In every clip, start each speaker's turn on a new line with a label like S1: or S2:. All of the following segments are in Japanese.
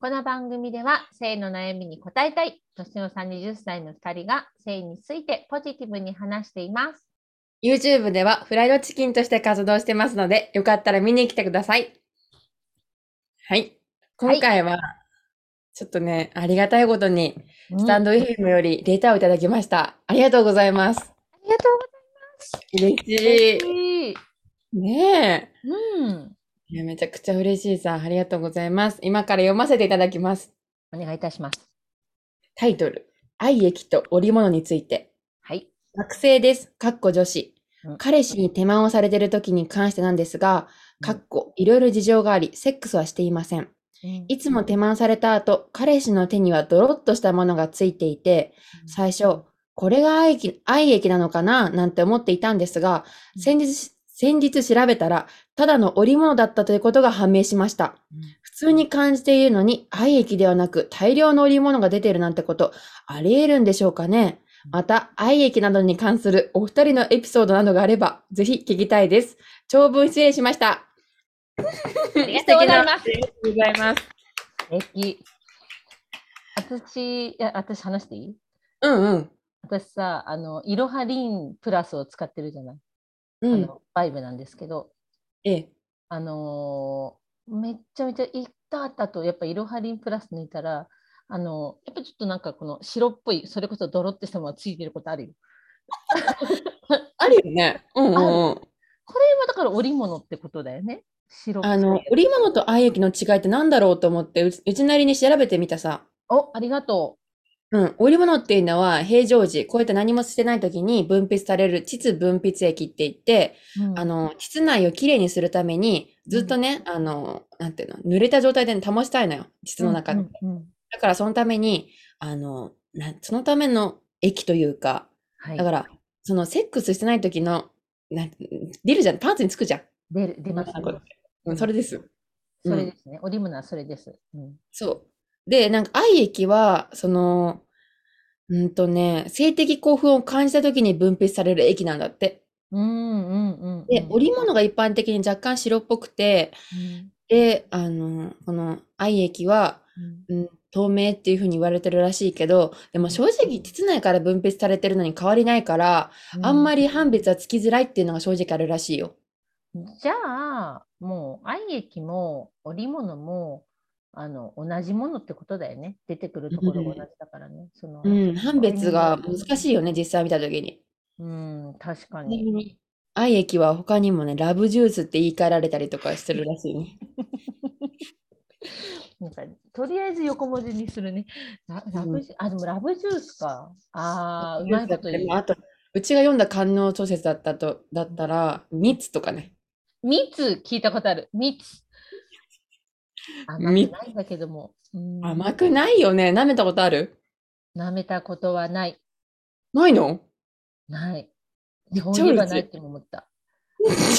S1: この番組では性の悩みに答えたい年の差20歳の2人が性についてポジティブに話しています。
S2: YouTube ではフライドチキンとして活動してますので、よかったら見に来てください。はい。今回は、ちょっとね、ありがたいことに、スタン
S1: ド
S2: ド FM よりデータをいただきました。ありがとうございます。
S1: ありがとう
S2: 嬉
S1: ござい
S2: し
S1: ます。
S2: い。ねえ。
S1: うん、
S2: いやめちゃくちゃ嬉しいさ。ありがとうございます。今から読ませていただきます。
S1: お願いいたします。
S2: タイトル、愛液と織物について。
S1: はい。
S2: 学生です。かっこ女子
S1: うん。
S2: 彼氏に手間をされている時に関してなんですが、かっこいろいろ事情があり、セックスはしていません。いつも手間された後、彼氏の手にはドロッとしたものがついていて、最初、これが愛液愛液なのかななんて思っていたんですが、
S1: うん
S2: 先日、先日調べたら、ただの織物だったということが判明しました
S1: うん。
S2: 普通に感じているのに、愛液ではなく大量の織物が出ているなんてこと、あり得るんでしょうかねまた、愛液などに関するお二人のエピソードなどがあれば、ぜひ聞きたいです。長文失礼しました。
S1: ありがとうございます
S2: 素敵なありがとうございます。
S1: 素敵。私、いや、私話していい
S2: うんうん。
S1: 私さ、あの、いろはりんプラスを使ってるじゃない、
S2: う
S1: あ
S2: ん。
S1: のバイブなんですけど、
S2: ええ。
S1: あのーめっちゃめちゃ行った後とやっぱいろはりんプラス抜いたらあのーやっぱちょっとなんかこの白っぽいそれこそドロってしたものがついてることあるよ。
S2: あるよね。うんうんうん。
S1: これはだから織物ってことだよね。白っぽい
S2: あの、織物と愛液の違いってなんだろうと思って、うちうちなりに調べてみたさ。
S1: おありがと
S2: うん、織物っていうのは平常時、こういった何もしてない時に分泌される膣分泌液って言って、
S1: う。うん
S2: あの、膣内をきれいにするために、ずっとね、あの、なんていうの、濡れた状態で保ちたいのよ、膣の中で。
S1: うんうんうん
S2: だからそのために、あの、なんそのための液というか、
S1: はい、
S2: だから、そのセックスしてない時の、なん出るじゃん、パンツにつくじゃん。
S1: 出る出ます、
S2: なんかうん、それです。
S1: それですね。織物はそれです。うん
S2: そう。で、なんか愛液は、その、うんとね、性的興奮を感じた時に分泌される液なんだって。
S1: うんうんうんうん。
S2: で、織物が一般的に若干白っぽくて、
S1: うん
S2: で、あの、この愛液は、
S1: うん
S2: うん、透明っていうふうに言われてるらしいけど、でも正直、膣内から分泌されてるのに変わりないから、あんまり判別はつきづらいっていうのが正直あるらしいよ。
S1: じゃあもう愛液も織物もあの同じものってことだよね出てくるところが同じだからね、その
S2: うん、判別が難しいよね、実際見た時に。
S1: うん確か
S2: ちな
S1: に
S2: みに、愛液は他にもね、ラブジュースって言い換えられたりとかしてるらしいね。
S1: なんかとりあえず横文字にするねララブジュあでもラブジュースかあーうまいこと言
S2: で
S1: う
S2: もあと、うちが読んだ官能小説だったと、だったら、蜜とかね。
S1: 蜜聞いたことある蜜甘く
S2: 蜜
S1: ないんだけども、うん、
S2: 甘くないよね。舐めたことある
S1: 舐めたことはない
S2: ないの
S1: ない
S2: めっちゃ
S1: そういえば
S2: 嬉しい
S1: ないって思った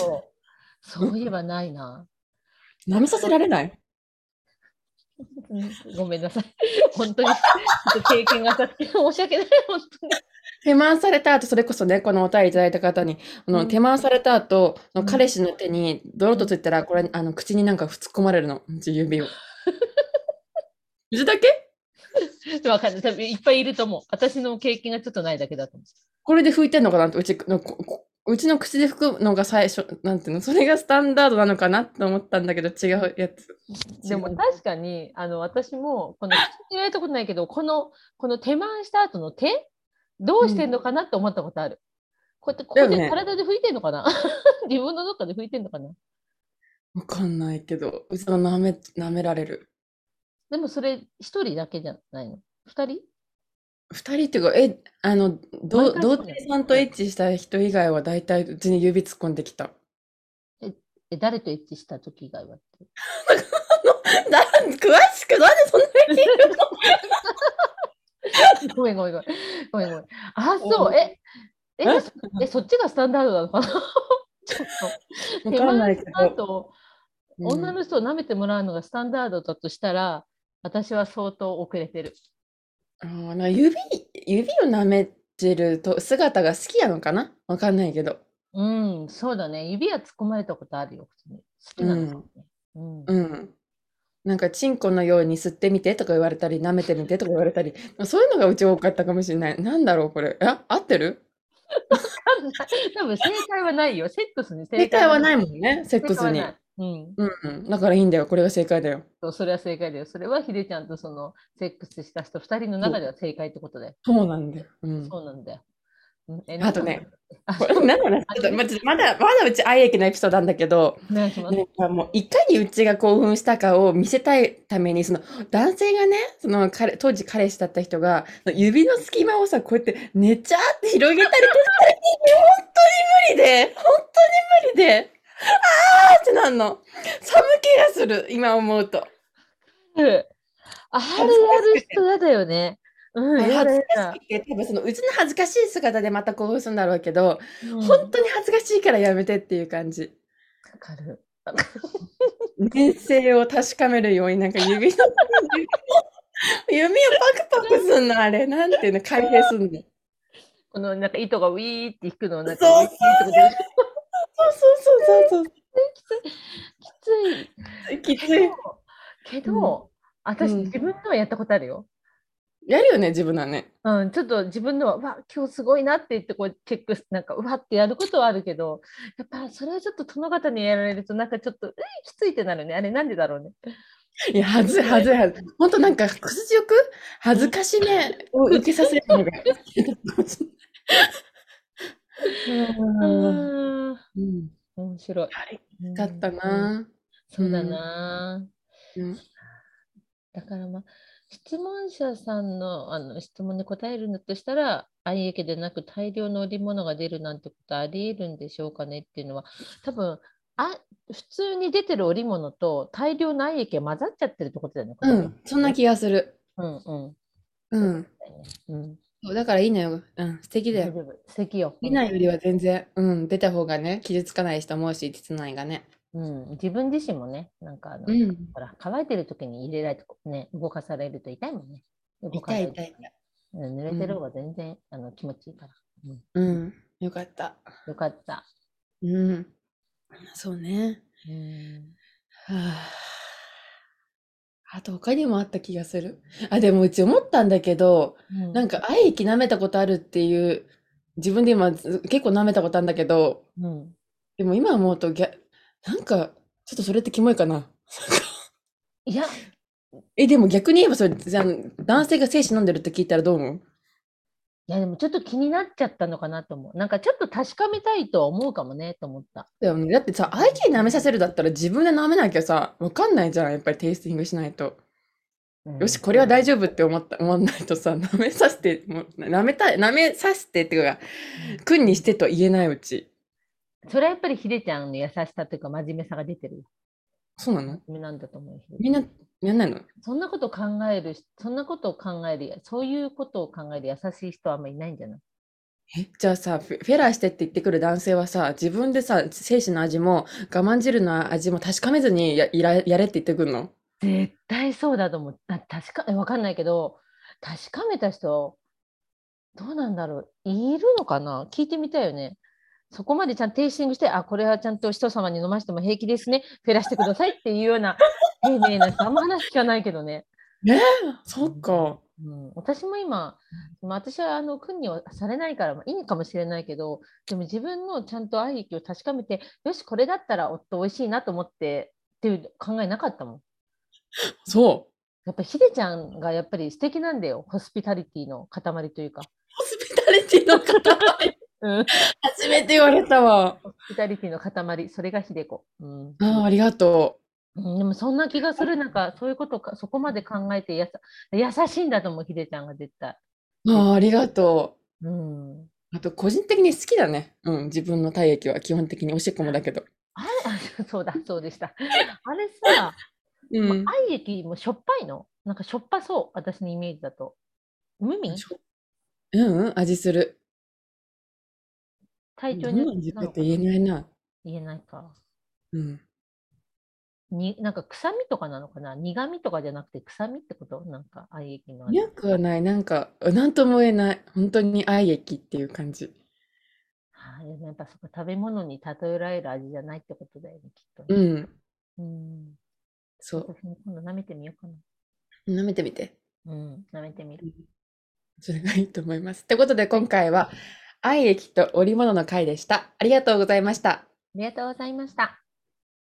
S1: そうそういえばないな
S2: 舐めさせられない
S1: うんごめんなさい。 本当に、ちょっと経験が浅くて、申し訳ない、 本当に。
S2: 手満された後、それこそね、このお便りいただいた方に、あの、
S1: うん
S2: 手満された後、その
S1: うん
S2: 彼氏の手にドロッとついたら、これ、あの、口になんか突っ込まれるの。うち 指を。うちだけ
S1: ちょっとわかんない。多分いっぱいいると思う。私の経験がちょっとないだけだと思
S2: これで拭いてんのかなって、うちの、ここうちの口で拭くのが最初、なんていうの、それがスタンダードなのかなって思ったんだけど、違うやつ。
S1: う。でも確かに、あの、私も、この、口に入れたことないけど、この、この手満した後の手、どうしてんのかなって思ったことある。こうやって、ここ
S2: だよ
S1: で
S2: ね
S1: 体で拭いてんのかな 自分のどっかで拭いてんのかな
S2: わかんないけど、うちは舐め、舐められる。
S1: でもそれ、一人だけじゃないの二人
S2: 二人っていうか、え、あの、ど
S1: 毎
S2: う
S1: 回
S2: 童貞さんとエッチした人以外は大体うちに指突っ込んできた。
S1: え、誰とエッチした時以外はって。
S2: な、詳しく、なんでそんなに聞いてるの
S1: ごめんごめんごめん。ごめんごめん。あ、そう。え、え、
S2: え
S1: そえそっちがスタンダードなのかな ちょっと。
S2: わかんないけ
S1: 手前の
S2: ど。
S1: 後
S2: うん
S1: 女の人を舐めてもらうのがスタンダードだとしたら、私は相当遅れてる。
S2: あーなんか指、指を舐めてると姿が好きなのかなわかんないけど。
S1: うん、そうだね。指は突っ込まれたことあるよ、普通に。好きなんですよね。うん
S2: うん。なんか、チンコのように吸ってみてとか言われたり、舐めてみてとか言われたり、そういうのがうち多かったかもしれない。なんだろう、これ。あ、合ってる
S1: 多分正解はないよ。セックスに。
S2: 正解はないいもんね、セックスに
S1: 正解。はないうん。
S2: うんうん。だからいいんだよ。これが正解だよ。
S1: そうそれは正解だよ。それはヒデちゃんとそのセックスした人2人の中では正解ってことだよ。
S2: そうなんだよ。うん。
S1: そうなんだよ。うん
S2: あとね。
S1: えなん
S2: こ
S1: か
S2: れ なんだろうなちょっとまちょっとまだ、まだうち愛駅のエピソードなんだけど、
S1: お願いします。
S2: なんかもういかにうちが興奮したかを見せたいためにその男性がねその彼当時彼氏だった人が指の隙間をさこうやって寝ちゃって広げたりとしたり本当に無理で本当に無理であーってなんの寒気がする今思うと
S1: あるある人やだよね。うん、
S2: 恥
S1: やだ
S2: ず
S1: や
S2: か
S1: だ
S2: しくて多分そのうちの恥ずかしい姿でまた興奮するんだろうけど、
S1: うん
S2: 本当に恥ずかしいからやめてっていう感じ。
S1: わかる。
S2: 年生を確かめるようになんか指の指をパクパクすんのあれなんていうの開閉すんの
S1: このなんか糸がウィーって引くのをなんか
S2: そ
S1: ウィー
S2: う
S1: ってことで
S2: そうそうそうそう
S1: き
S2: そうき
S1: つい
S2: つい
S1: けどけど、私
S2: うん
S1: 自分のはやったことあるよ。
S2: やるよね自分はね
S1: うん、ちょっと自分のはわ今日すごいなって言ってこうチェックしなんかうわってやることはあるけどやっぱそれはちょっと殿方にやられるとなんかちょっとういきついってなるねあれなんでだろうね。
S2: いや恥ずい恥ずい恥ずいほんとなんか屈辱恥ずかしめを受けさせるのがうん
S1: うん
S2: うん
S1: 面白い。
S2: だったな
S1: そうだな、
S2: うん
S1: だからまあ質問者さんのあの質問に答えるんだとしたら愛液でなく大量の織物が出るなんてことありえるんでしょうかねっていうのは多分あ普通に出てる織物と大量の愛液が混ざっちゃってるってことだよね。これ
S2: う
S1: ね
S2: んそんな気がする
S1: うんうん
S2: うん
S1: うん。
S2: そうだからいいのようん素敵だよ
S1: 大丈夫素敵よ。
S2: 見ないよりは全然、うん、出た方がね、傷つかないしと思うし、つないがね。
S1: うん、自分自身もね、なんかあの、
S2: ん。
S1: ほら乾いてる時に入れないとね、動かされると痛いもんね。動かされ
S2: 痛い
S1: る
S2: 痛い。
S1: うん濡れてる方が全然、あの気持ちいいから。
S2: うん。よかった。
S1: よかった。
S2: うん。そうね。
S1: うん。
S2: はあ。あと他にもあった気がする。あ、でもうち思ったんだけど、なん
S1: か、
S2: か愛液舐めたことあるっていう、自分で今ず結構舐めたことあるんだけど、
S1: うん、
S2: でも今思うとギャ、なんか、ちょっとそれってキモいかな。
S1: いや、
S2: え、でも逆に言えばそれ、じゃあ男性が精子飲んでるって聞いたらどう思う
S1: いやでもちょっと気になっちゃったのかなと思う。なんかちょっと確かめたいとは思うかもねと思った。
S2: だよね。だってさ、相手に舐めさせるだったら自分で舐めなきゃさ、わかんないじゃん。やっぱりテイスティングしないと。よし、これは大
S1: 丈
S2: 丈夫って思った、思わないとさ、舐めさせて、もう舐めたい、舐めさせてっていうか、君にしてとは言えないうち。
S1: 夫。それはやっぱりヒデちゃんの優しさというか真面目さが出てる。
S2: そうなの
S1: 真面目なんだと思う。ヒデ
S2: みんな、やんないの
S1: そんなことを考える、そんなことを考える、そういうことを考える優しい人はあんまりいないんじゃない
S2: えじゃあさ、フェフェラーしてって言ってくる男性はさ、自分でさ、精子の味も、我慢汁の味も確かめずにやいらやれって言ってくるの
S1: 絶対そうだと思う。だ確か、えわかんないけど、確かめた人、どうなんだろう、いるのかな聞いてみたいよね。そこまでちゃんとテイスティングして、あ、これはちゃんと人様に飲ましても平気ですね、減らしてくださいっていうような、丁寧な人、あんま話聞かないけどね。
S2: そっか。
S1: うん、私も今、まあ、私はあの訓にはされないから、まあ、いいかもしれないけど、でも自分のちゃんと愛液を確かめて、よし、これだったら夫美味しいなと思ってっていう考えなかったもん。
S2: そう。
S1: やっぱヒデちゃんがやっぱり素敵なんだよ、ホスピタリティの塊というか。
S2: ホスピタリティの方、
S1: うん、ホ
S2: 初めて言われたわ。
S1: スピタリティの塊、それがヒデ子。うん
S2: ああ、ありがとう。
S1: うんでもそんな気がする、なんかそういうことか、そこまで考えてやさ優しいんだと思う、ヒデちゃんが絶対。
S2: ああ、ありがと
S1: うん、
S2: う。あと、個人的に好きだね。うん、自分の体液は基本的におしっこもだけど。
S1: あれあ そうだ、そうでした。あれさ、
S2: う
S1: まあ愛液もしょっぱいのなんかしょっぱそう、私のイメージだと。無味
S2: うんうん、味する。
S1: 体調
S2: どんな味
S1: に
S2: かって言えないな。
S1: 言えないか。
S2: うん。
S1: になんか臭みとかなのかな苦みとかじゃなくて臭みってことなんか愛液のあれ
S2: よくはない。なんか、なんとも言えない。本当に愛液っていう感じ。
S1: あーでもやっぱそこ食べ物に例えられる味じゃないってことだよね、きっと
S2: う
S1: ね。
S2: ん。
S1: うん。
S2: そう。
S1: 私も今度舐めてみようか
S2: 舐めてみて。
S1: な。うん、舐めてみる。
S2: それがいいと思います。ってことで今回は愛液と織物の会でした。ありがとうございました。
S1: ありがとうございました。